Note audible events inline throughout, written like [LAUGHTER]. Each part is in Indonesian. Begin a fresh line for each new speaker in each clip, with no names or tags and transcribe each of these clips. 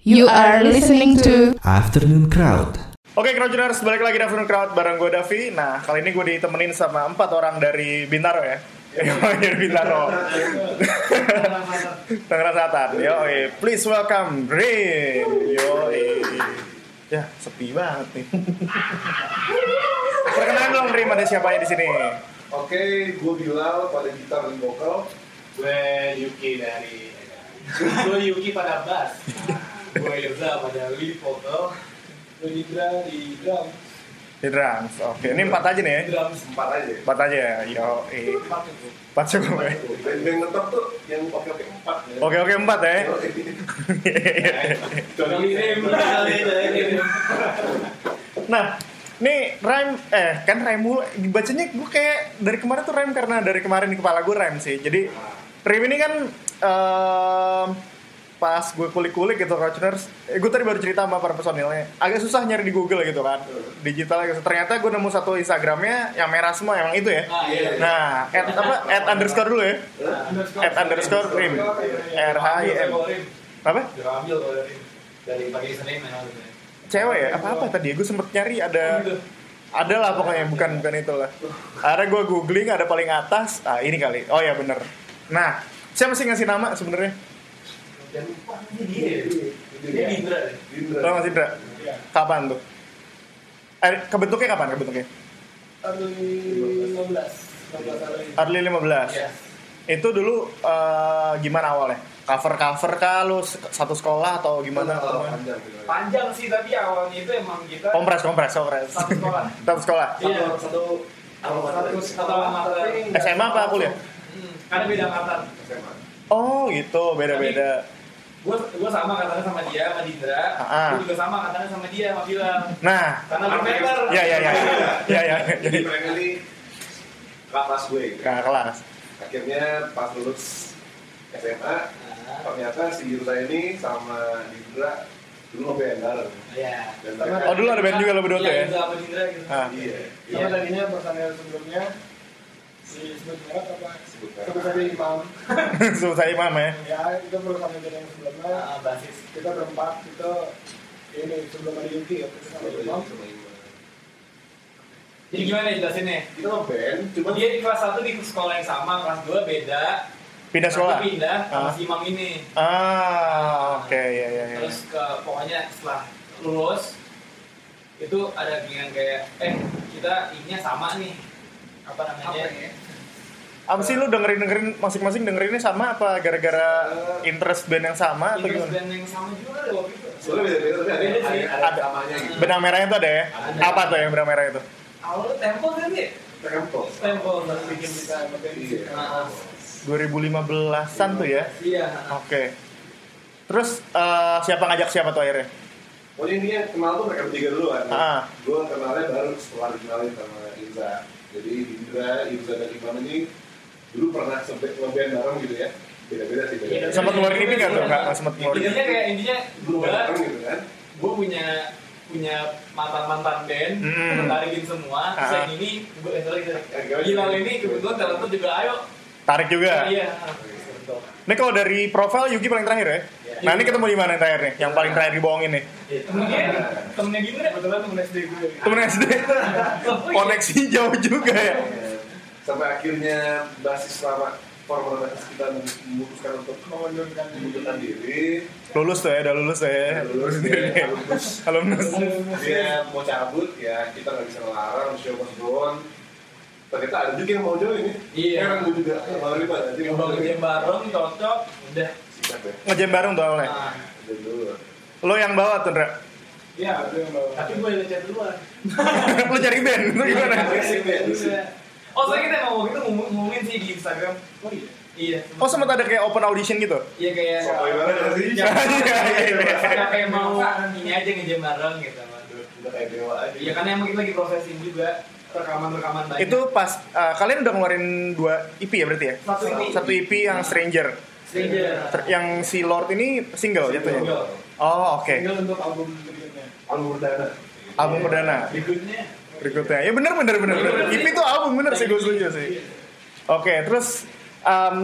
You are listening to
Afternoon Crowd.
Oke, Crowdtuners, balik lagi di Afternoon Crowd bareng gue Davi. Nah, kali ini gue ditemenin sama empat orang dari Bintaro ya. [LAUGHS] Yang dari Bintaro. Tangerang Selatan. Yo, please welcome Rin. Yo, ya sepi banget nih. Perkenalan dong Rin, ada siapa aja di sini?
Oke, gue Bilal pada gitar dan vokal.
Gue Yuki dari Gue Yuki pada bass Gue Irza pada lead vocal Gue Nidra di drum
Di drums. Oke, ini empat aja nih ya.
Drum
Empat aja.
Empat aja ya. Yo,
sempat itu
empat cukup ya.
Band-band ngetop tuh yang pakai pakai empat ya.
Oke, oke empat ya. [LAUGHS] Iya,
Kali ini kali ini
Nah, nih rhyme eh kan rhyme mulu bacanya gue kayak dari kemarin tuh rhyme karena dari kemarin di kepala gue rhyme sih. Jadi rhyme ini kan em, pas gue kulik-kulik gitu Rochers, gue tadi baru cerita sama para personilnya agak susah nyari di Google gitu kan digital gitu. ternyata gue nemu satu Instagramnya yang merah semua emang itu ya
Ah iya
nah at apa at underscore dulu ya at underscore rim r h i m apa
Udah ambil gue dari Dari pagi Senin memang udah.
cewek ya apa
Iya.
apa tadi gue sempet nyari
Oh,
ada ada lah pokoknya bukan bukan itu lah ada gue googling ada paling atas ah ini kali oh ya bener nah siapa sih ngasih nama sebenarnya
Dan lupa ini dia ya. Dia Nidra deh
lo
Indra.
mas Indra
Iya.
kapan tuh eh, kebentuknya kapan kebentuknya
Early 15 15 hari
early 15
Iya
itu dulu eh, gimana awalnya cover cover kah lu se- satu sekolah atau gimana
Kalau
Iya.
panjang.
Panjang sih tapi awalnya itu emang kita
kompres kompres kompres
Satu sekolah
[LAUGHS] satu sekolah
Iya
Satu satu
Satu sekolah tapi nggak
SMA apa kuliah
Hmm, Karena beda angkatan
SMA.
oh gitu beda beda
gue gue sama katanya sama dia sama Dindra
Ah.
gue juga sama katanya sama dia sama Bila
nah
karena gue meter
ya ya ya
Iya.
ya ya,
Jadi mereka ini kelas gue. gitu.
Kakak kelas
Akhirnya pas lulus SMA, ternyata si Indra ini sama Indra dulu ngeband bareng.
ya
Dan mereka-
Oh, dulu ada band juga lo berdua tuh ya?
Iya, Indra sama Dindra gitu
Ah.
Iya.
Sama tadinya personel sebelumnya si sebut merek apa?
Sebut merek.
Sebut saja Imam.
[LAUGHS] Sebut saya Imam ya.
Ya itu personel band yang
Iya.
sebelumnya
Ah, basis
kita berempat itu ini sebelum ada Yuki ya kita sama Imam.
jadi gimana ya jelasinnya
Kita ngeband, cuman
dia di kelas 1 di sekolah yang sama kelas 2 beda
Pindah sekolah.
Tapi pindah sama
Ah.
si Imam ini
Ah, oke ya ya ya.
terus ke pokoknya setelah lulus itu ada giliran kayak eh kita ininya sama nih apa namanya
ya? Apa sih lu dengerin dengerin masing-masing dengerinnya sama apa gara-gara interest band yang sama atau
Eh, Interest
gimana?
band yang sama juga ada waktu itu
sebenarnya beda-beda tapi ada
Beda sih.
ada- ada samanya gitu.
Benang merahnya tuh ada ya?
Ada.
Apa tuh yang benang merah itu?
awalnya tempo kan dia
Tempo.
tempo baru bikin kita
Iya.
Nah,
2015-an tuh ya.
iya
Oke. Terus eh, siapa ngajak siapa tuh akhirnya?
Pokoknya intinya kenal tuh mereka bertiga dulu kan.
Ah.
Gue kenalnya baru setelah dikenalin sama Indra. Jadi Indra, Indra dan Imam ini dulu pernah sempet ngeband bareng gitu ya. Beda-beda sih beda.
Iya. Sempat ngeluarin ini nggak tuh? Nggak, nggak sempat ngeluarin.
intinya kayak intinya
Dulu
gue
bareng gitu kan.
gue punya punya mantan mantan band
Hmm.
tarikin semua terus
Ah.
yang ini gue eh, sorry, sorry.
Akhirnya-
Gila ini kebetulan talentnya juga ayo
Tarik juga.
iya
Ini kalau dari profil Yuki paling terakhir ya. Nah ini ketemu di mana yang terakhir nih? Yang paling terakhir dibohongin nih?
Iya. temennya temennya gini deh
Kebetulan temen SD gue.
Temen
[LAUGHS] Oh,
SD.
iya.
Koneksi jauh juga ya.
Eh, Sampai akhirnya basis lama formal basis kita memutuskan untuk
Mengundurkan diri.
mengundurkan diri.
Lulus tuh ya, udah lulus tuh ya.
Lulus
iya.
[LAUGHS]
dia, lulus.
Alumnus.
Iya. dia mau cabut ya kita nggak bisa ngelarang show must go on ternyata ada juga yang mau join ya
Iya.
kan gue juga nggak mau ribet nanti
yang
mau join
kerja bareng cocok udah
sikat ya
Ngejam bareng tuh awalnya.
Nah,
dan dulu
Lo yang bawa tuh, Ndra.
Iya, itu yang bawa.
tapi gue lecet duluan
[LAUGHS] Lo cari band, itu gimana?
oh soalnya kita emang waktu itu ngomong- ngomongin sih di Instagram oh iya iya
Oh sempat ada kayak open audition gitu?
iya kayak
soalnya banget nggak sih
Iya, iya, iya.
Nggak kayak mau ini aja ngejam bareng gitu Mas.
udah kayak dewa aja
Iya karena emang kita lagi prosesing juga rekaman-rekaman banyak.
Itu pas, eh, kalian udah ngeluarin dua EP ya berarti ya?
Satu EP.
Satu EP yang Stranger.
Stranger. Iya.
Ter- Yang si Lord ini single jatuhnya?
Single.
Oh oke,
Tinggal untuk album berikutnya.
Album perdana
album perdana.
Berikutnya.
berikutnya. Ya bener bener bener bener. EP itu album bener sih gue setuju sih. Oke, terus em,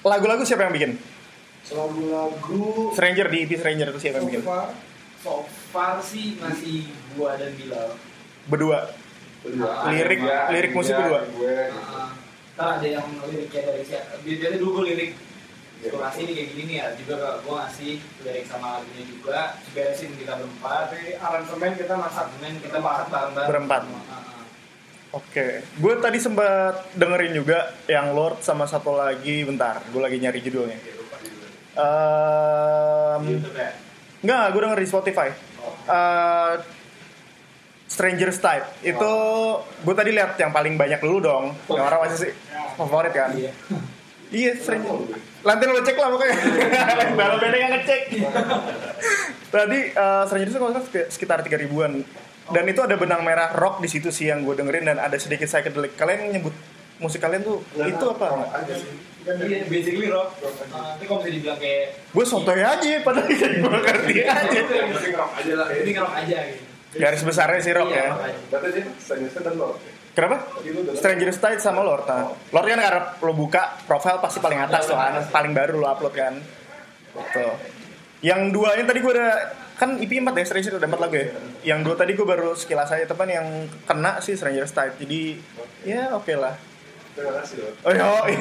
lagu-lagu siapa yang bikin?
Lagu lagu
Stranger di EP Stranger itu siapa yang bikin?
Sofa
So far sih masih gua dan Bilal.
Berdua. Lirik- lirik musik kedua.
Nah, ntar ada yang liriknya dari siapa? Biasanya dulu gua lirik gue kasih ini kayak gini nih ya juga kalau gue ngasih lirik sama lagunya juga beresin kita berempat
Tapi aransemen kita masak
argumen kita masak bareng bareng
Berempat. Oke, gue tadi sempat dengerin juga yang Lord sama satu lagi bentar, gue lagi nyari judulnya. Ehm,
YouTube ya
Nggak, gue denger di Spotify. Eh, Strangers Type itu gue tadi lihat yang paling banyak dulu dong. Yang orang masih sih favorit kan?
Iya.
Iya, Stranger. Lantai lo cek lah pokoknya. Baru pendek yang ngecek. tadi eh, Stranger Type kalau nggak salah sekitar 3000 ribuan. Dan itu ada benang merah rock di situ sih yang gue dengerin dan ada sedikit psychedelic. Kalian nyebut musik kalian tuh itu apa?
Ada sih.
Iya, basically rock Ah, tapi kalau bisa dibilang kayak
Gue sotoy aja, padahal [LAUGHS] gue ngerti aja.
Musik rock aja lah.
ini rock aja gitu
Garis besarnya sih rock
Iya,
ya.
aja.
Berarti sih, Sanjasa dan Lord. ya?
Kenapa?
Tadi lu udah-
Stranger Tide sama Lord. Nah, Lord kan karena lo buka profile pasti paling atas tuh kan, paling baru lo upload kan. Gitu. Yang dua ini tadi gue udah kan IP 4 ya Stranger udah 4 lagu ya. Yang dua tadi gue baru sekilas aja teman yang kena sih Stranger Tide. Jadi ya oke lah.
Terima kasih Lord.
Oh yo. [LAUGHS]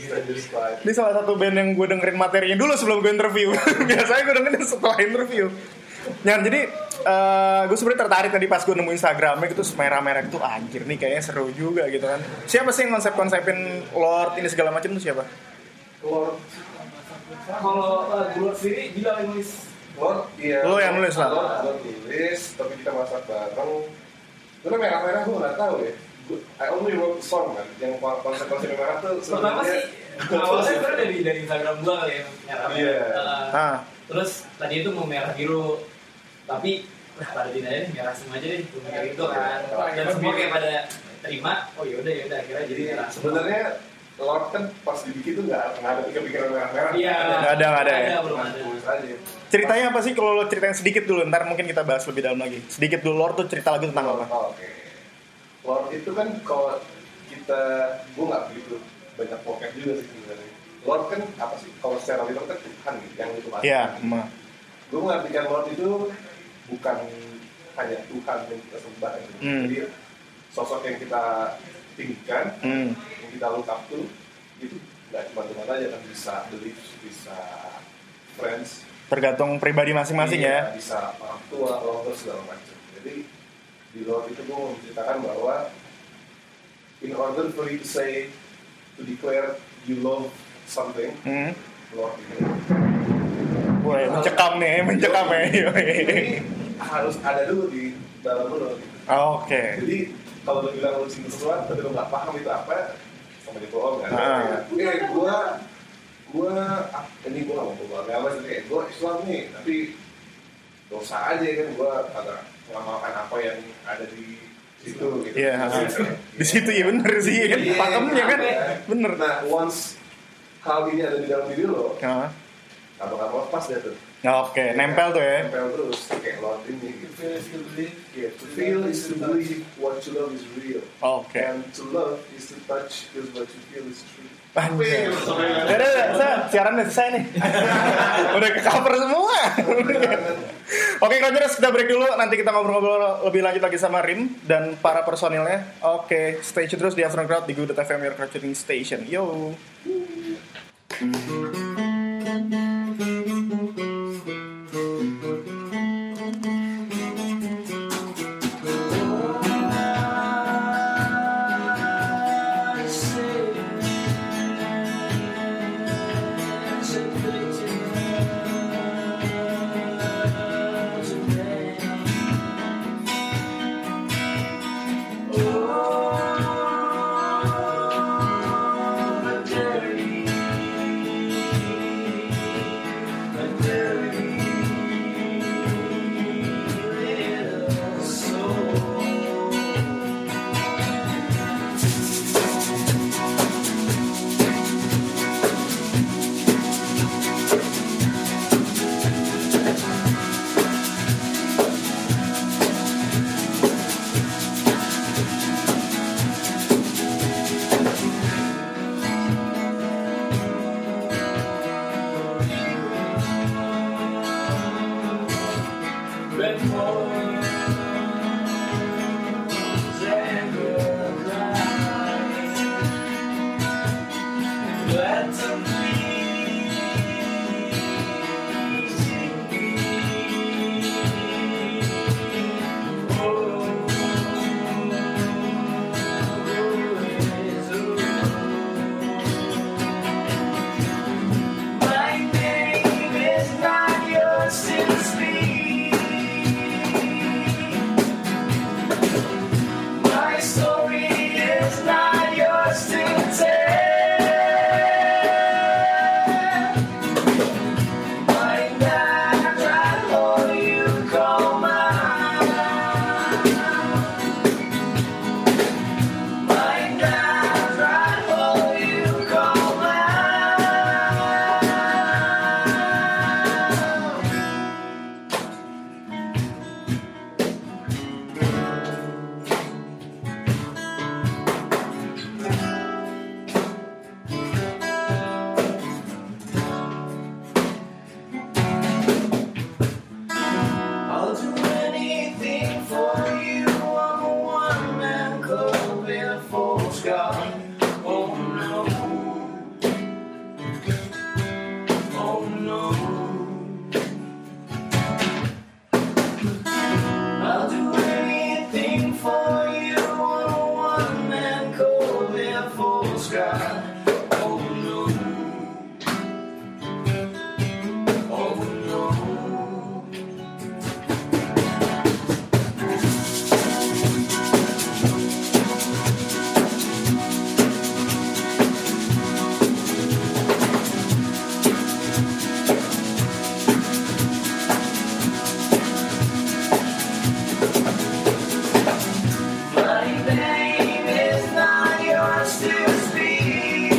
Stranger's Life.
Ini salah satu band yang gue dengerin materinya dulu sebelum gue interview. [LAUGHS] Biasanya gue dengerin setelah interview. Nyan, jadi eh, gue sebenarnya tertarik tadi pas gue nemu Instagramnya gitu terus merah-merah itu anjir nih kayaknya seru juga gitu kan. Siapa sih yang konsep-konsepin Lord ini segala macam tuh siapa?
Lord
kalau uh, gue sendiri Bilal yang nulis
Lord iya.
Lu Oh, yang nulis lah.
Lord, Lord nulis, tapi kita masak bareng. kan Karena merah-merah gue nggak tahu ya. Gua- I only wrote song kan, yang kon- konsep-konsep yang merah tuh
pertama sih
[LAUGHS]
awalnya kan dari dari Instagram gua kali ya merah
Iya.
Ah,
Ah,
terus tadi itu mau merah biru tapi udah pada din aja deh merah semua aja deh gue mikir gitu kan dan semua kayak pada terima oh yaudah yaudah akhirnya jadi
Jadi
merah
sebenarnya Lord kan pas dibikin tuh nggak nggak ada kepikiran merah-merah.
iya
Nggak ada, nggak ada ya?
belum
Cuma
ada
tulis aja.
ceritanya apa sih kalau lo ceritain sedikit dulu ntar mungkin kita bahas lebih dalam lagi. Sedikit dulu Lord tuh cerita lagu tentang apa?
Oh, Oke. Lord itu kan kalau kita, gue nggak begitu banyak pocket juga sih sebenarnya. Lord kan apa sih? Kalau secara literal kan Tuhan gitu, yang itu masuk.
Iya, ma.
gue mengartikan Lord itu bukan hanya Tuhan yang kita sembah ya.
Hmm.
jadi sosok yang kita tinggikan
Hmm.
yang kita look up to itu nggak cuma Tuhan aja kan bisa beliefs bisa friends
Tergantung pribadi masing-masing
iya,
ya.
bisa orang tua orang tua segala macam jadi di Lord itu gue menceritakan bahwa in order for you to say to declare you love something
Hmm.
Lord itu
[LAUGHS] Woi, mencekam nih, mencekam ya. [LAUGHS]
jadi harus ada dulu di dalam lo gitu.
Oke.
jadi kalau lo bilang lo cinta sesuatu tapi lo nggak paham itu apa sama aja bohong kan
Ah.
Iya, gue gue ah, ini gue nggak mau bohong apa sih kayak gue Islam nih tapi dosa aja kan gue agak ngamalkan apa yang ada di situ gitu
Iya, di situ ya bener sih ya kan,
Iya,
pakemnya kan, bener.
nah once hal ini ada di dalam diri lo
Nah,
nggak bakal lepas deh tuh
oke, nempel tuh ya.
nempel terus kayak lot ini gitu
Feel is to believe.
Yeah, to feel is to believe what you love is real.
Oke.
And to love is to touch is what you feel is true.
Anjir. Udah, udah, udah, saya siaran udah selesai nih. [LAUGHS] udah ke cover semua. Oke, Rogers, kita break dulu. Nanti kita ngobrol-ngobrol lebih lanjut lagi sama Rim dan para personilnya. Oke, stay tune terus di Afternoon Crowd di Good FM Your Crowdtuning Station. Yo.
Thank
Red roses and good lights. Let the music be. Oh, my name is not yours to speak. My story is not yours to tell. My natural all you call mine. My natural all you call mine. I'll do anything for you. I'm a one man club in a full sky. Oh no. Oh no. I'll do anything for you. I'm a one man club in a full sky. Oh no. Oh no. My name is not yours to speak.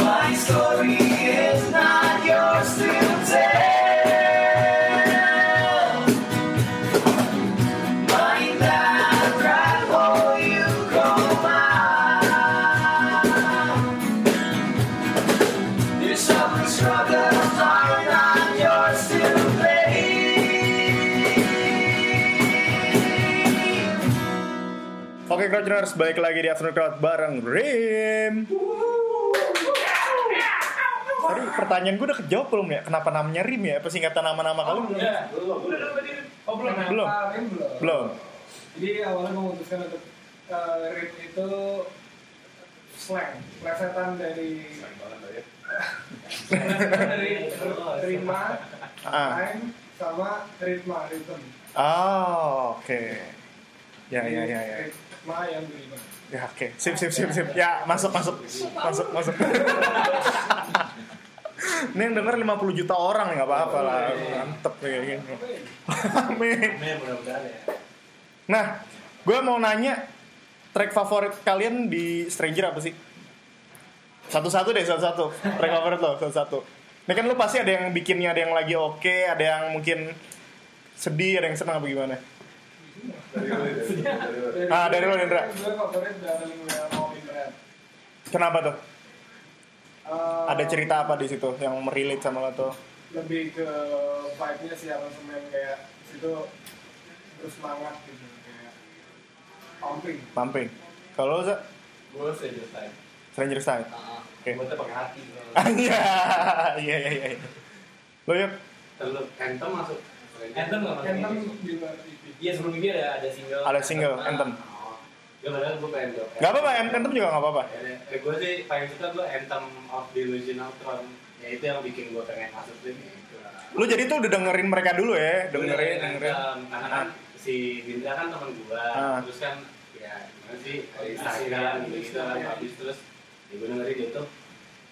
My story is not yours to tell. My love, right for you, go mine. Your suffering struggles are not yours to pay.
Oke Crouchers, balik lagi di Afternoon Crowd bareng Rim Tadi pertanyaan gue udah kejawab belum ya? Kenapa namanya Rim ya? Apa singkatan nama-nama kalian?
Ya,
Oh, belum.
Belum.
Kenapa? Ini belum.
Belum
Jadi awalnya memutuskan untuk eh, rip itu slang, plesetan dari plesetan dari [LAUGHS] terima,
Ah,
time, sama ritma, rhythm.
Ah, oke Ya, ya, ya, ya
Ritma yang berima.
Ya, oke Sip, sip, sip, sip Ya, masuk, masuk Masuk, masuk Ini yang denger 50 juta orang, nggak apa-apa lah Mantep ya, kayak gini Amin
mudah-mudahan ya.
Nah, gue mau nanya track favorit kalian di Stranger apa sih? Satu-satu deh, satu-satu. Track favorit lo, satu-satu. Ini kan lo pasti ada yang bikinnya, ada yang lagi oke, ada yang mungkin sedih, ada yang senang apa gimana?
Dari lu, dari lu, dari lu.
Ah, dari lo, Indra.
Gue favorit dari Naomi Brand.
Kenapa tuh?
Eh,
Ada cerita apa di situ yang relate sama lo tuh?
lebih ke vibe-nya sih aransemen kayak situ bersemangat gitu kayak pumping
Pumping. Kalau lo, Za?
gue serius aja.
Stranger Style. Oke.
Gue tuh pakai hati.
[LAUGHS] Iya, iya, iya, iya. Lo, Yop?
Telur entem masuk.
Anthem nggak masuk?
Kentem di luar TV
Iya sebelum ini ada ada single.
Ada single, Anthem.
Oh. Ya padahal gue pengen dong.
Gak apa-apa, em- Anthem juga gak apa-apa.
Eh, gue sih paling suka gue Anthem of Delusional Throne. Ya itu yang bikin gue pengen masuk tuh gitu lah.
Lu jadi tuh udah dengerin mereka dulu ya, dengerin, dengerin.
Anthem, Karena kan si Dinda kan temen gue.
Ah.
Terus kan ya gimana
Oh,
sih dari
iya.
Instagram gitu gitu kan habis terus ya gue dengerin YouTube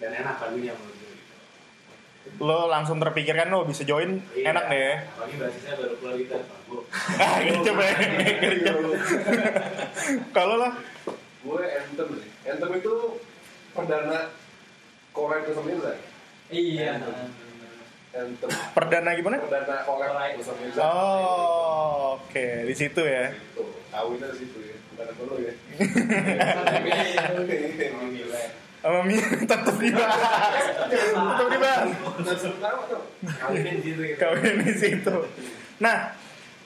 dan enak lagunya menurut gue. gitu.
lo langsung terpikirkan lo bisa join
Iya,
enak deh [LAUGHS] ya.
Apalagi basisnya baru keluar gitu. Pak. Bu.
Ah, gitu, Bang. kalau lo
Gue Anthem sih. Anthem itu perdana korek ke Mirza.
Iya.
Anthem.
perdana gimana
Perdana korek
Korek.
ke Mirza.
oh oke di situ ya
Tuh, tahu itu di situ ya. Bukan aku lu ya.
Iya.
Oke.
Emang gila.
sama Mia [LAUGHS] tetap dibahas tetap dibahas
Nah, sekarang tuh
kawinin di situ gitu.
kawin di situ nah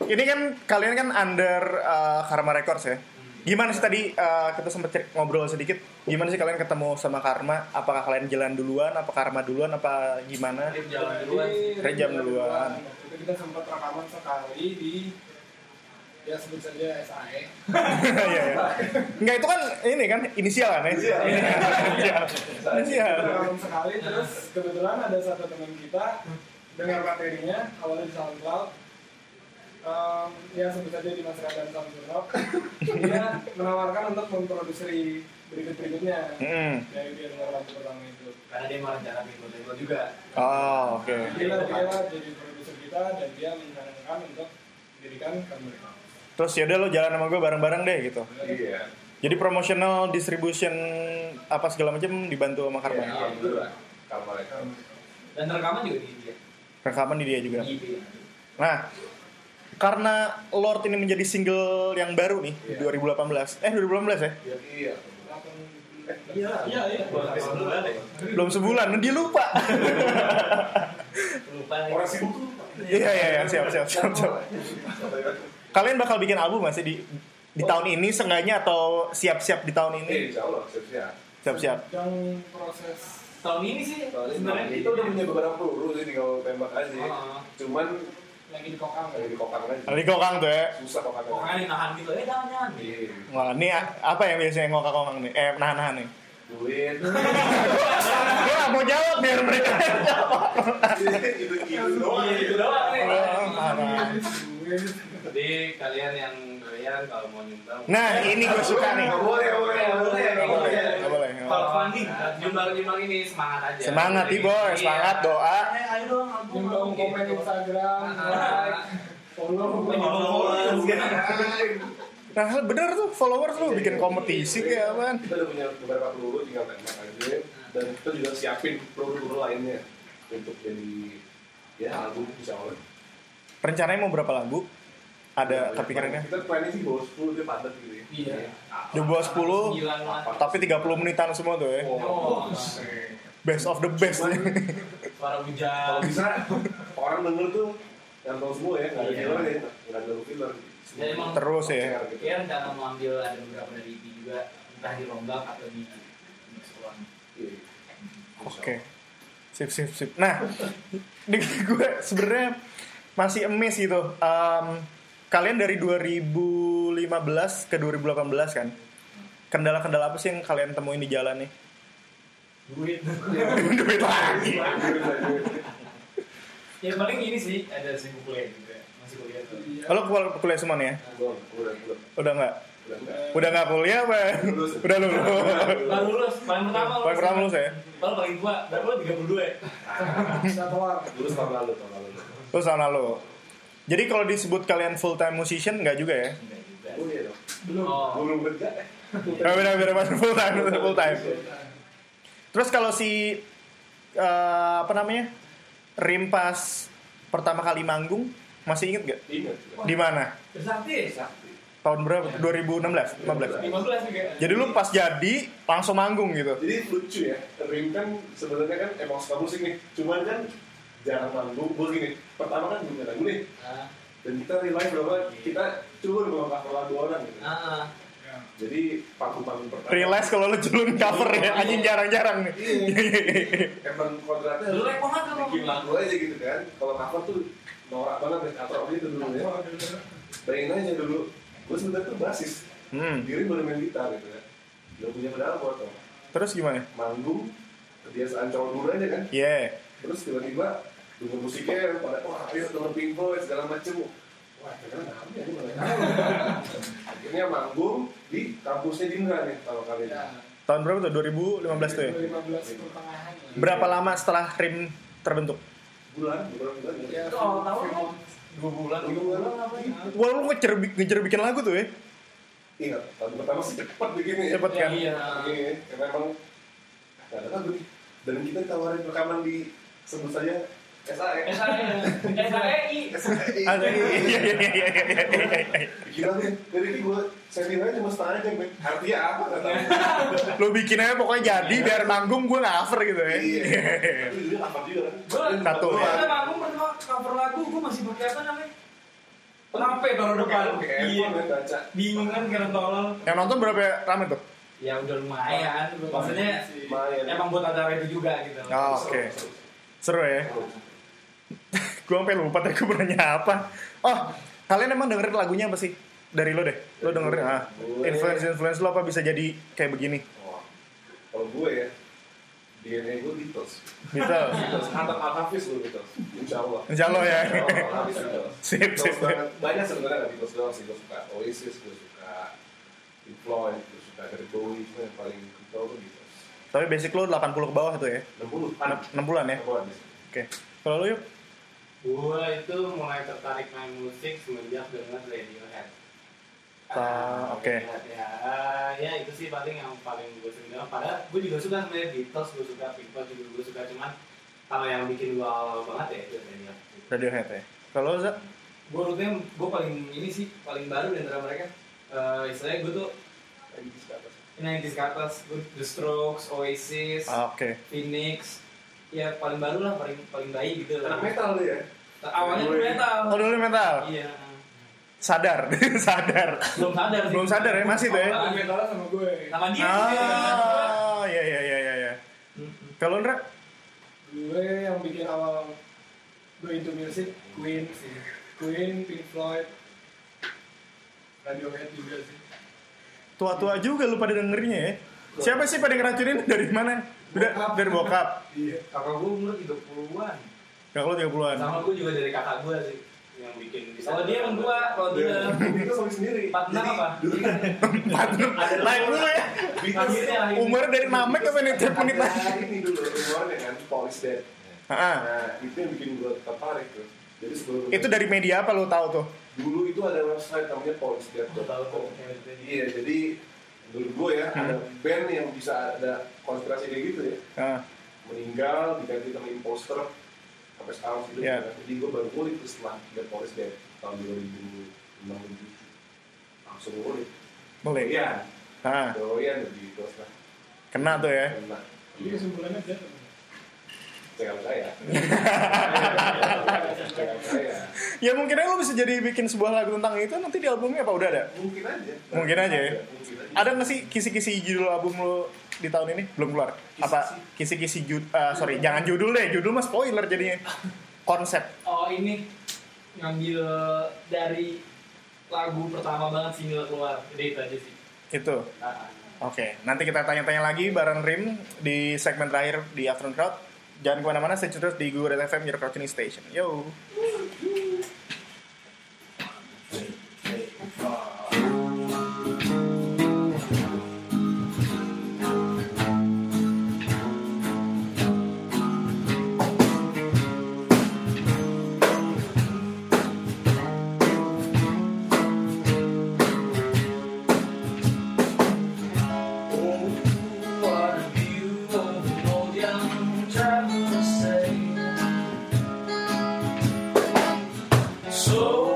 ini kan kalian kan under uh, Karma Records ya gimana sih tadi uh, kita sempat cek ngobrol sedikit gimana sih kalian ketemu sama Karma apakah kalian jalan duluan apa Karma duluan apa gimana [LAUGHS]
Dia jalan duluan
Kayak jam duluan.
Waktu itu kita sempat rekaman sekali di ya sebut saja E. SAE.
Iya, iya. Enggak itu kan ini kan inisial kan ya?
Iya.
Inisial. Inisial.
Rekaman sekali terus kebetulan ada satu teman kita dengar materinya awalnya di SoundCloud. Em, ya sebut saja di Mas Radan Samsuro. dia menawarkan untuk memproduksi berikut-berikutnya
Mm.
dari dia dengar lagu pertama itu.
karena dia malah jalan ikut label juga
Oh, oke.
Iya,
Dia dia jadi produser kita dan dia menyarankan untuk mendirikan company.
Terus ya udah lo jalan sama gue bareng-bareng deh gitu.
iya.
Jadi promotional distribution apa segala macam dibantu sama Karma.
Iya, alhamdulillah. Karma mereka.
dan rekaman juga di dia
Rekaman di dia juga.
di dia
Nah, karena Lord ini menjadi single yang baru nih di
Iya.
2018. Eh 2018 ya?
Iya.
iya iya iya lupa deh
Belum sebulan, dia
[LAUGHS]
lupa.
lupa lagi.
Orang sibuk tuh.
Iya iya iya, siap siap siap siap. Kalian bakal bikin album masih di di tahun ini seenggaknya atau siap-siap di tahun
Iya,
ini?
insya Allah, siap-siap.
Siap-siap.
Yang proses
tahun ini sih
Soalnya
sebenarnya
kita udah punya beberapa peluru sih kalau tembak aja.
Ah.
Cuman
lagi di kokang
lagi di kokang aja.
Nanti kokang tuh ya.
Susah kokang aja.
pokoknya nahan gitu eh jangan jangan
Iya.
Wah, ini a- apa yang biasanya ngokak-ngokak nih? Eh, nahan-nahan nih.
Duit.
Gue gak mau jawab biar
[LAUGHS]
mereka
Itu itu doang.
Iya, itu doang nih.
Oh, parah.
Iya. jadi kalian yang doyan kalau mau nyumbang
Nah, ini gue suka nih.
Nggak boleh, nggak boleh, nggak boleh.
Nggak boleh,
nggak boleh.
kalau funding nyumbang nyumbang ini semangat aja
Semangat, Tibor.
Iya.
Semangat, doa.
Eh, ayo dong album,
nyumbang
album,
komen
gitu.
Instagram, like, follow.
Nyumbang followers, gitu.
Nah, bener tuh followers lu bikin kompetisi kayak apaan.
Kita udah punya beberapa peluru tinggal tembak aja. Dan kita juga siapin peluru-peluru lainnya untuk jadi ya album insya Allah.
Rencananya mau berapa lagu? Ada
Ya,
kepikirannya?
Kita planning sih bawa 10 dia padat gitu ya.
Iya.
Di bawah 10,
Sembilan lah.
Tapi 30 menitan semua tuh ya.
Oh.
Oh,
Best of the best.
suara
Kalau
hujan.
bisa orang denger tuh yang tahu semua ya, nggak ada
Iya.
filler ya, nggak ada filler.
Ya, emang-
Terus ya.
Gitu.
Iya, rencana mau ambil ada beberapa dari EP juga, entah di rombak atau di mix ulang.
Iya.
Oke. Sip, sip, sip. Nah, [LAUGHS] di gue sebenarnya masih amazed gitu. Em, kalian dari 2015 ke 2018 kan? Kendala-kendala apa sih yang kalian temuin di jalan nih?
Duit.
Duit lagi.
[LAUGHS] ya paling ini sih ada sibuk kuliah juga, masih kuliah tuh.
Lo kuliah, kuliah semua nih ya?
Belum, udah, belum,
Udah nggak?
udah nggak.
Udah nggak kuliah apa?
Lulus.
[LAUGHS] Udah lulus.
Baru lulus, paling pertama lulus.
Paling pertama lulus ya?
Kalau paling gua, berapa lu? 32 ya?
Kita keluar.
Lulus tahun lalu, tahun lalu.
Terus sama lo. Jadi kalau disebut kalian full time musician nggak juga ya?
Enggak juga.
Oh iya dong.
Oh,
Belum kerja. eh.
Nggak beda beda pas full [LAUGHS] time full time. Terus kalau si eh, apa namanya Rimpas pertama kali manggung masih inget gak?
Ingat.
Di mana?
bersakti ya?
Tahun berapa? 2016, 15.
15 juga.
Jadi lu pas jadi langsung manggung gitu.
Jadi lucu ya, Rim kan sebenarnya kan emang suka musik nih, cuman kan jarang manggung. Gue gini, pertama kan punya lagu nih,
Ah,
dan kita realize bahwa kita cuma bawa cover lagu orang gitu.
ah, ah.
Jadi panggung-panggung pertama. Iya.
Realize kalau lu [LAUGHS] culun cover ya anjing jarang-jarang nih.
Emang kodratnya
Lu like banget lu.
bikin lagu aja gitu kan. Kalau cover tuh norak banget ya, atau itu dulu ya. Bayangin aja dulu, gue sebenarnya tuh basis,
[LAUGHS] Hmm.
diri baru main gitar gitu ya. Udah punya pedal buat tuh.
Terus gimana? Iya.
Manggung, kebiasaan cowok dulu aja kan.
Yeah.
terus tiba-tiba dengar musiknya pada wah ayo denger Pink Floyd segala macem wah kira apa ya ini mana tahu.
[LAUGHS]
akhirnya manggung di kampusnya Dindra nih kalau kali ini
Ya,
Tahun berapa tuh? 2015 tuh ya?
2015 pertengahan.
Berapa lama setelah Rim terbentuk?
bulan bulan bulan ya.
Itu awal tahun kan? Dua bulan, tiga
Dua
bulan
bulan.
apa ya?
Wah lu ngejerbik, ngejerbikin lagu tuh ya?
ingat tahun pertama sih cepet begini ya
Cepet kan?
Iya.
Iya, karena emang ada lagu nih dan kita tawarin rekaman di sebut saja E. SAE.
SAEI.
[LAUGHS] Ada iya iya iya iya iya iya, iya.
Gila nih, dari ini gue seminarnya cuma setengah jam, men. artinya apa? Gak tahu.
Lo bikin aja pokoknya jadi biar nanggung gue cover gitu ya.
Iya. Tapi dia lapar juga kan.
Satu. ya?
Gue ada manggung pertama cover lagu, gue masih pakai apa namanya? Penape baru depan.
Oke,
Iya.
gue baca.
Bingung kan karena tolol.
[LAUGHS] Yang nonton berapa rame tuh?
Ya udah
Iya kan,
lumayan. Maksudnya
Lumayan.
emang buat acara itu juga gitu.
Oh, oke. Seru ya. [LAUGHS] gue sampai lupa tadi gue pernah apa. Oh, kalian emang dengerin lagunya apa sih? Dari lo deh. Lo dengerin ah. Influence influence lo apa bisa jadi kayak begini?
Wah. Kalau gue ya, DNA gue Beatles.
Beatles.
Beatles. Kata Al-Hafiz gue Beatles. Insya Allah.
Insya Allah ya.
Insya Allah, Al-Hafiz Beatles.
Sip,
Beatles
sip.
banget. Banyak sebenarnya nggak Beatles doang sih. Gue suka Oasis, gue suka Pink Floyd, gue suka dari Bowie. Cuma yang paling gue tau tuh Beatles.
Tapi basic lo 80 ke bawah tuh ya.
60.
6 bulan ya.
60-an.
Oke. Kalau lo yuk.
Gue itu mulai tertarik main musik semenjak denger Radiohead.
Ah, oke.
Radiohead, Ya, Ah, ya itu sih paling yang paling gue sering denger. Padahal gue juga suka sebenarnya Beatles, gue suka Pink Floyd juga gue suka cuman kalau yang bikin gue awal banget ya itu Radiohead.
Radiohead ya. Kalau lo, Za?
Gue rutenya gue paling ini sih paling baru di antara mereka. Eh, istilahnya gue tuh
Lagi di atas.
90s ke atas, gue The Strokes, Oasis,
Ah, oke.
Phoenix, ya paling baru lah, paling paling baik gitu
Anak
lah.
metal tuh ya.
Awalnya dulu metal.
Oh, dulu mental.
Iya.
Sadar, [LAUGHS] sadar.
Belum sadar sih.
Belum sadar ya, masih tuh ya.
Lu mentalnya sama gue.
Sama dia. sih.
Ah, ya ya ya ya ya. Kalau Ndra?
Gue yang bikin awal gue into music Queen sih. Queen, Pink Floyd, Radiohead juga sih.
Tua-tua juga lu pada dengernya ya. Siapa sih pada ngeracunin dari mana? Udah
Bokap.
dari bokap.
Iya.
Kakak gue umur 30-an.
Kalau 30-an.
Sama gue juga dari kakak gue sih yang bikin bisa.
Kalau dia emang dua, kalau dia
Beatles sama sendiri.
46 apa?
[LAUGHS]
kan
[LAUGHS]
Empat. Lain dulu ya.
Akhirnya lah.
[LAUGHS] Umur dari Namek sampai nih tiap menit lagi.
Ada ini dulu, keluarnya kan, Police Dead.
Ah,
Nah, itu yang bikin gue tertarik tuh. Jadi sebelum
Itu dari media apa lu tahu tuh?
dulu itu ada website namanya policedead.com. Iya, jadi menurut gue ya ada
Hmm.
band yang bisa ada konspirasi kayak gitu ya.
Ah,
Meninggal diganti sama imposter sampai sekarang sudah.
Iya.
Jadi gue baru kulik tuh setelah The Police Dead tahun 2006 langsung kulik.
boleh.
Doyan,
Ah,
doyan lebih terus lah.
kena tuh ya.
Enak.
Jadi kesimpulannya dia
Jangan
[LAUGHS]
saya. Jangan saya.
Ya mungkin aja lu bisa jadi bikin sebuah lagu tentang itu nanti di albumnya apa udah ada?
Mungkin aja.
Mungkin aja ya.
Mungkin aja.
Ada nggak sih kisi-kisi judul album lo di tahun ini belum keluar? Apa kisi-kisi judul? sorry, jangan judul deh. Judul mah spoiler jadinya. Konsep.
Oh ini ngambil dari lagu pertama banget single keluar. Jadi itu aja sih.
itu
Ah, ah.
gitu. oke nanti kita tanya-tanya lagi bareng Rim di segmen terakhir di Afternoon Crowd jangan kemana-mana stay tune terus di Google FM your crowd tuning station yo
Oh,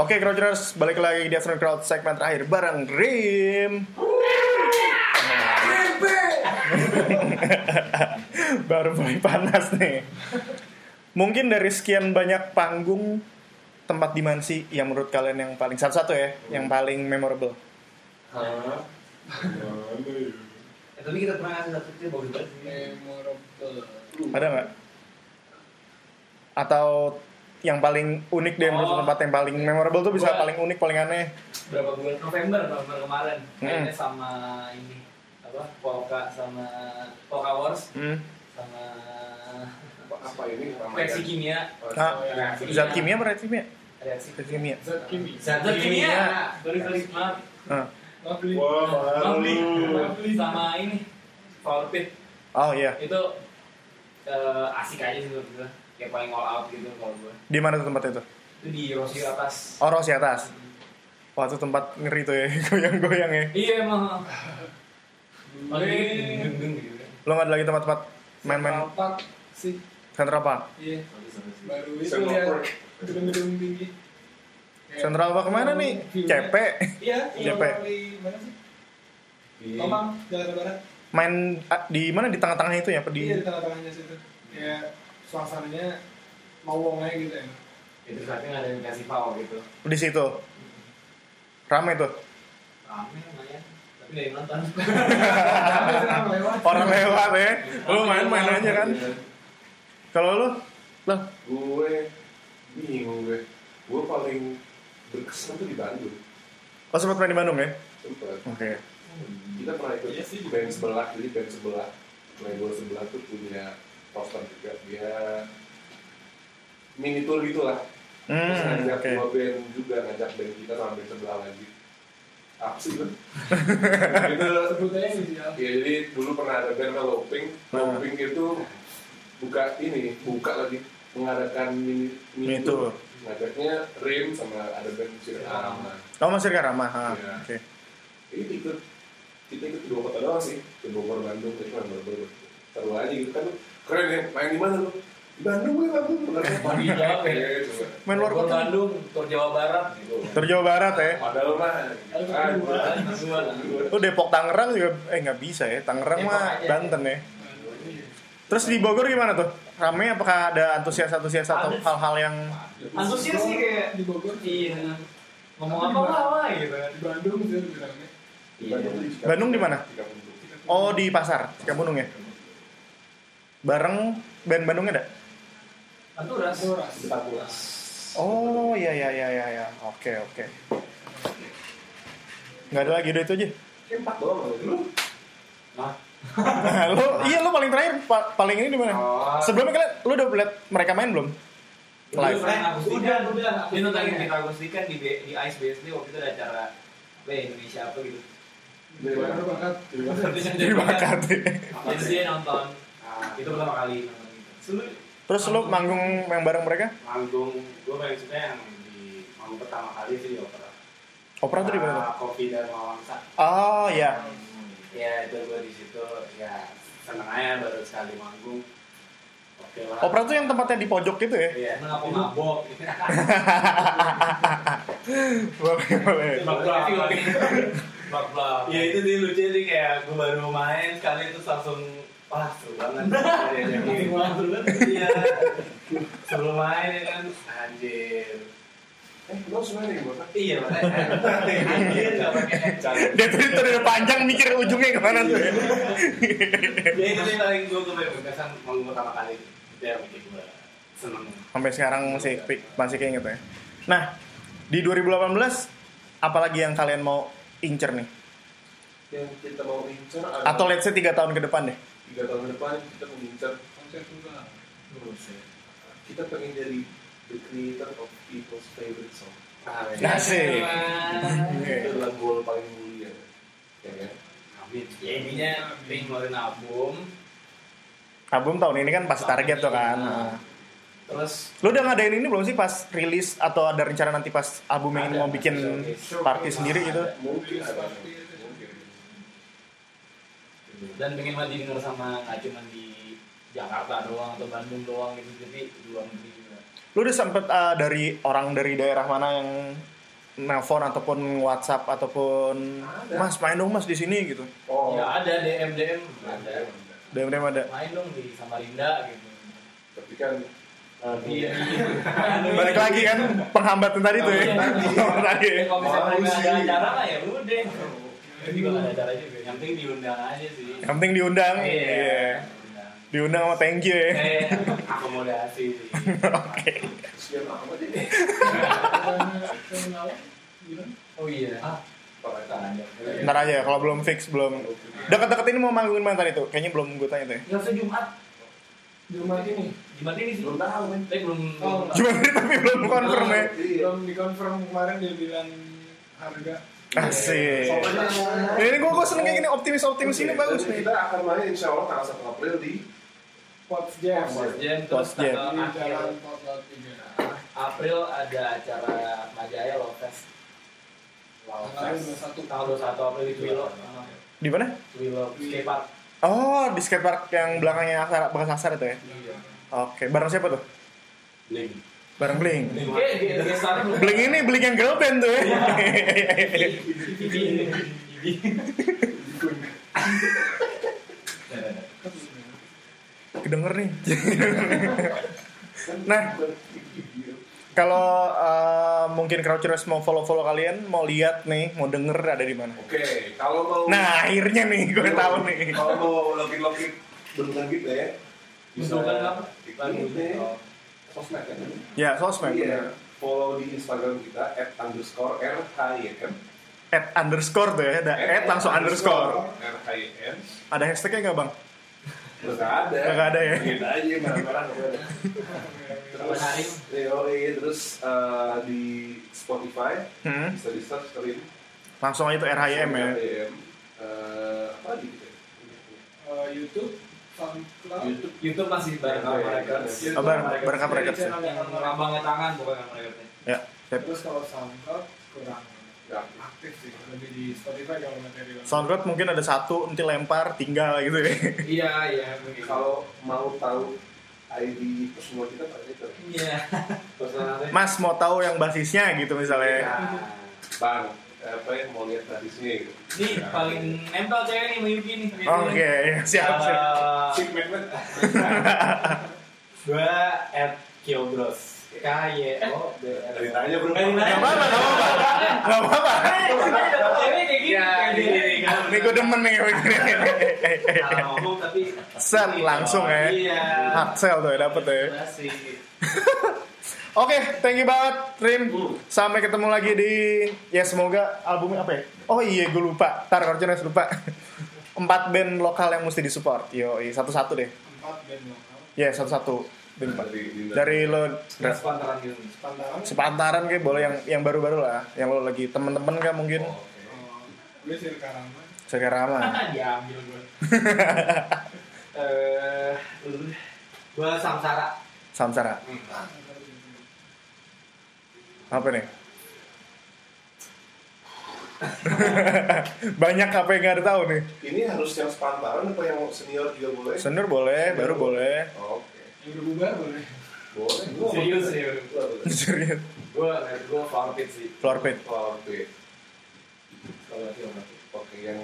Oke, Crouchers, balik lagi di Afternoon Crowd segmen terakhir bareng Rim. [LAUGHS] Baru mulai panas nih. Mungkin dari sekian banyak panggung tempat dimensi yang menurut kalian yang paling satu-satu ya, yang paling memorable.
Hah? Gimana ya?
Eh, tapi kita pernah ngasih satu itu bagus banget
Memorable.
Ada nggak? Atau yang paling unik deh menurut
Oh.
tempat yang paling memorable tuh bisa
Gua-
paling unik, paling aneh.
berapa bulan November November kemarin
Hmm.
kayaknya sama ini apa Polka sama Polka Wars
Hmm.
sama
Apa, apa ini? Ramai
reaksi
kan?
kimia
Nah,
reaksi
zat kimia apa reaksi kimia?
reaksi
Zat kimia.
Zat kimia.
zat kimia
ya.
baru kali iya. maaf
Nah.
Lovely.
Wah, mahal
Lovely.
lu.
sama ini Power Pit
Oh iya,
itu eh, asik aja sih menurut gue kayak paling all out gitu kalau gue
di mana tuh tempatnya tuh?
itu di Rosio atas
Oh, Rossi atas. Wah, itu tempat ngeri tuh ya, [LAUGHS] goyang-goyang ya.
iya emang Oke, deng-deng gitu kan.
Lo nggak ada lagi tempat-tempat main-main
Rapat sih.
Central Park?
Iya. Baru itu
Sama
lihat
work.
gedung-gedung tinggi. Kayak-
Central Park kemana nih?
View-nya.
CP.
Iya.
Iya, Pak.
Pak. Mana sih? Tomang, Jakarta Barat.
Main ah, di mana di tengah-tengah itu ya, apa
Iya di
di
tengah-tengahnya situ. Ya suasananya lowongnya gitu ya.
itu saatnya nggak ada yang kasih power gitu
di situ. Ramai tuh.
rame lumayan tapi nggak ada yang nonton
Ada yang lewat.
Orang lewat ya. Lo main-main aja kan. Kalau lo, lo
Gue bingung gue. Gue paling berkesan tuh di Bandung.
lo sempat main di Bandung ya?
Sempet.
Oke.
Kita pernah ikut band sebelah, jadi band sebelah. Label sebelah tuh punya poster juga. Dia mini tour gitu lah. Terus
Hmm,
ngajak
oke.
dua band juga, ngajak band kita sama band sebelah lagi. Apa sih itu? [LAUGHS] Itu
Sebutnya gitu ya.
Ya jadi dulu pernah ada band namanya Loping.
Nah.
Loping itu buka ini, buka lagi mengadakan mini, mini
Mini tour.
tour. Ngajaknya Rim sama ada band Cirama.
Oh, masih ke Ramah. Ah,
Iya.
Oke.
Jadi ikut kita ikut kedua kota doang sih, ke Bogor Bandung itu yang baru Seru aja gitu kan keren ya, main di mana lu? Di Bandung gue Bandung bener
Bandung jawab ya.
Iya, coba.
Main luar
Bogor,
kota.
Bandung tur Jawa Barat gitu
Tur Jawa Barat ya.
Padahal mah,
Aduh,
ah,
kedua.
gua-
kedua lah
gua-
Lo Depok Tangerang juga eh nggak bisa ya. Tangerang
Depok
mah
aja.
Banten ya. Terus di Bogor gimana tuh? Rame apakah ada antusias-antusias atau
Ada.
hal-hal yang
antusias sih kayak
di Bogor.
iya ngomong apa lah wah gitu kan
Di Bandung sih lebih rame.
di Bandung tuh di-
Bandung di mana?
di Kampung.
Oh di pasar, Cikat Gunung ya? Bareng band Bandungnya ada?
Panturas
Soras.
Di Pakulas.
Oh iya iya iya iya iya. Oke oke. Nggak ada lagi udah itu aja.
Kayak empat doang lu.
Nah,
lo iya lo paling terakhir pa- paling ini di mana?
Oh.
Sebelumnya kalian lo udah lihat mereka main belum? Live. [LAUGHS]
Udah, Eh, udah, udah. Dia
kan
nontonin kita akustikan kan di, B- di Ice BSD waktu itu ada acara apa ya, Indonesia apa gitu.
Dari mana?
Baru banget.
Dari
Iya.
mana?
Jadi bakat.
Jadi dia nonton. Ah, itu pertama kali nonton gitu. Selalu
Terus lo manggung yang bareng mereka?
manggung, gue paling suka yang di manggung pertama kali sih ya, di opera.
Opera tuh di mana? tuh?
Kopi dan Mawangsa.
Oh iya.
Ya itu gue di situ ya seneng aja baru sekali manggung. Oke lah.
Opera tuh yang tempatnya di pojok gitu ya?
Iya, seneng apa mabok? ya.
Boleh boleh.
Blak-blak. Ya
Iya.
itu sih lucu sih kayak gue baru main sekali terus langsung wah seru banget. Iya, iya, iya. Iya. Sebelum main ya kan anjir.
Eh, lu sebenarnya di mana?
Iya makanya anjir nggak pakai headset.
Dia tuh itu udah panjang mikir ujungnya kemana tuh. ya.
Ya itu sih paling gue gue berkesan manggung pertama kali itu yang bikin gue seneng.
Sampai sekarang masih masih kayak gitu ya. Nah, di 2018 apalagi yang kalian mau incer nih?
yang kita mau incer adalah
Atau let's say 3 tahun ke depan deh.
tiga tahun ke depan kita mengincar
Konser tunggal.
kita pengen jadi the creator of people's favorite song
Asik.
itu adalah goal paling mulia ya kan
Amin. Ya intinya pengen ngeluarin album
Album tahun ini kan pasti target tuh kan. Nah.
terus
Lu udah ngadain ini belum sih pas rilis atau ada rencana nanti pas album yang
Ada,
mau bikin
showcase.
party sendiri gitu?
mungkin ada
dan pengen mati denger sama nggak cuma di Jakarta doang atau Bandung doang gitu jadi di luar negeri juga.
lu udah sempet eh, dari orang dari daerah mana yang nelpon ataupun WhatsApp ataupun Mas main dong Mas di sini gitu.
Oh,
ya ada DM DM ada
DM-DM ada.
main dong di Samarinda gitu
tapi kan
iya
Balik lagi kan penghambatan tadi tuh ya. [LAUGHS] Penghambatan Tadi.
Eh, kalau misalnya
Mau
nggak ada
sih.
acara mah ya udah Ini juga nggak ada acara juga yang penting diundang aja sih
Yang penting diundang. Iya.
Diundang.
Diundang sama thank you ya.
eh akomodasi sih
Oke.
sekian lama aja deh.
oh iya ah tanya
Ntar aja kalau belum fix belum. Deket-deket ini mau manggungin mantan itu. Kayaknya belum gue tanya tuh ya.
nggak usah Jumat
di rumah ini
Jumat ini sih
Belum tahu men.
tapi belum
Oh.
belum-
Cuma ini tapi belum confirm ya.
Iya.
belum dikonfirm kemarin dia bilang harga
Asik.
Pokoknya
Nah, ini gue gue seneng kayak gini optimis-optimis ini
Oke,
bagus
dan
nih.
Kita akan main insya Allah tanggal 1 April di
Pots Jam di
Jen, terus
Post Jen.
tanggal akhir
Iya, jalan Pot Laut 3
April ada acara Majaya Law Fest
tanggal 21
tanggal 21 April di Twilo
Di mana?
Twilo Skatepark
Oh, di skatepark yang belakangnya Aksara, bekas Aksara tuh ya. Oke, bareng siapa tuh?
Link
Bareng Bling.
Oke, gestarnya belum
Bling ini Bling yang girl band tuh ya. Iya.
[LAUGHS]
Kedenger nih. nah, kalau eh, mungkin Crouchers mau follow-follow kalian, mau lihat nih, mau denger ada di mana.
Oke, kalau mau
Nah, akhirnya nih gue tahu nih.
Kalau mau login-login bentar gitu ya. Bisa
Bentukan apa? gitu.
ikutnya ya. sosmed kan.
Ya, sosmed. bener.
Iya, follow di Instagram kita at underscore RHYM.
At underscore tuh ya, ada at langsung underscore.
RHYM.
Ada hashtagnya nggak bang?
Terus nggak ada.
Nggak ada ya?
Gitu aja marah-marah nggak
[LAUGHS]
ada. Terus,
Menarik.
iya, iya, terus eh, di Spotify
Hmm.
bisa di search kalian.
Langsung aja tuh RHIM ya.
RHYM. Eh, apa lagi gitu ya?
Eh, YouTube SoundCloud
YouTube.
YouTube masih
Nah,
bareng sama mereka
Iya.
Kabar berkah
Jadi
mereka
channel yang
yang
orang-
lambangnya tangan bukan yang mereka
Ya. Sip.
terus kalau SoundCloud kurang
Nggak.
aktif sih lebih di Spotify kalau materi orang.
Soundcloud mungkin ada satu nanti lempar tinggal gitu ya.
iya iya mungkin.
Kalau mau tahu ID semua kita pakai Twitter.
iya
Personalnya
Mas mau tahu yang basisnya gitu misalnya.
Bang, apa ya mau lihat hadisnya gitu.
ini paling nempel cewek nih sama Yuki nih
Oke, ya, siap siap.
Eh,
Sip, met, met.
Gua at Kyobros. K Y O B R.
Dari tanya bro.
Gak apa-apa, gak apa-apa. Gak apa-apa.
Eh, Ya,
Nih gue demen nih begini. Set langsung ya.
Iya.
Hard sell tuh ya, dapet ya.
Masih.
Oke, thank you banget Rim. Sampai ketemu lagi di ya semoga albumnya apa ya? Oh iya gue lupa. Tar Korjones lupa. Empat band lokal yang mesti disupport. Yo, iya, satu-satu deh.
empat band lokal
Ya satu-satu. Band empat.
Dari- dari-
Dari lo
Spontan gitu.
Pantaran
sepantaran kayak boleh yang yang baru-baru lah, yang lo lagi temen-temen kan mungkin.
eh, gue sih Karama
Sekarang mah.
[LAUGHS] Diambil gue. Eh, lu deh. gua samsara.
Samsara. Apa nih? [LAUGHS] Banyak HP yang gak ada tahu nih.
Ini harus yang sepantaran apa yang senior juga boleh?
Senior boleh, baru boleh. [LAUGHS]
Oke.
yang udah bubar boleh
Boleh.
Serius, serius.
Gua boleh.
Serius.
Gua gua favorit sih.
Floor pit.
Oke.
Kalau Kyobros.
Oke, yang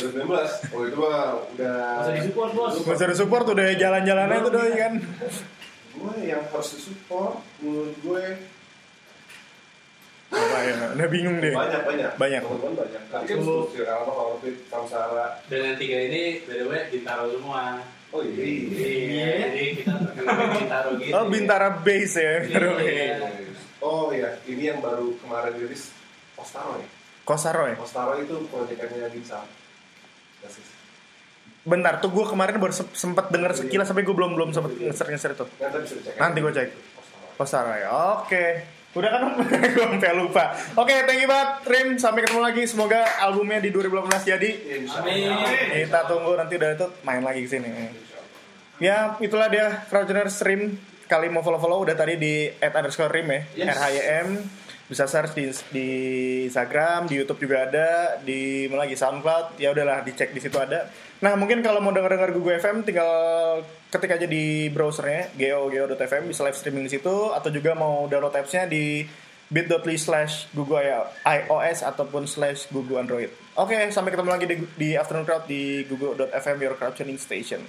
2019. Oh itu mah udah.
Masa disupport, Bos.
Gak usah support udah jalan-jalannya tuh doi kan.
Gue yang harus disupport menurut gue
Apa ya? Udah bingung deh.
banyak banyak.
Banyak.
Teman-teman banyak. Tadi kan sebut sih Rama, Orbit, Samsara.
Dan yang tiga ini, by the way, Bintaro semua.
Oh iya.
Nah,
Iya. Jadi kita terkenal Bintaro gitu.
Oh Bintara Base ya. Bintara Base.
Iya.
Oh iya, ini yang baru kemarin rilis Postaro ya.
Kosaro ya.
Postaro itu proyekannya Ginsa. Basis.
Bentar tuh gue kemarin baru se- sempet denger sekilas tapi gue belum belum sempet ngeser-ngeser itu.
Nanti bisa dicek. aja.
Nanti gue cek.
Postaro.
Kosaro ya. Oke. Udah kan [LAUGHS] gue sampai lupa. Oke, thank you banget Rim. Sampai ketemu lagi. Semoga albumnya di 2018 jadi.
Insya
Amin.
Allah.
Kita tunggu nanti udah itu main lagi ke sini. Ya, itulah dia Crowdjourners Rim. Kali mau follow-follow udah tadi di at underscore Rim ya. RHYM. bisa search di, di Instagram, di YouTube juga ada, di mana lagi SoundCloud, ya udahlah dicek di situ ada. Nah mungkin kalau mau denger-denger Google FM tinggal ketik aja di browsernya geo.geo.fm bisa live streaming di situ atau juga mau download appsnya di bit.ly slash Google iOS ataupun slash Google Android. Oke, sampai ketemu lagi di, di Afternoon Crowd di google.fm your crowd tuning station.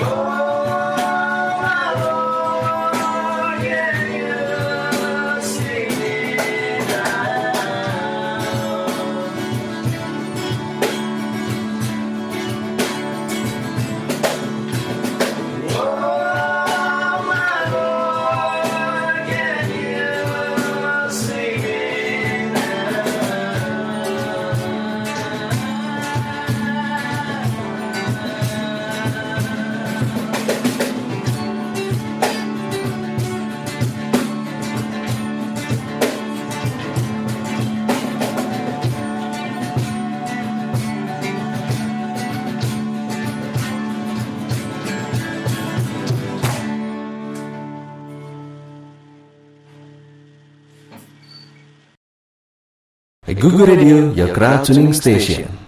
Oh, Google Radio, your crowd tuning station.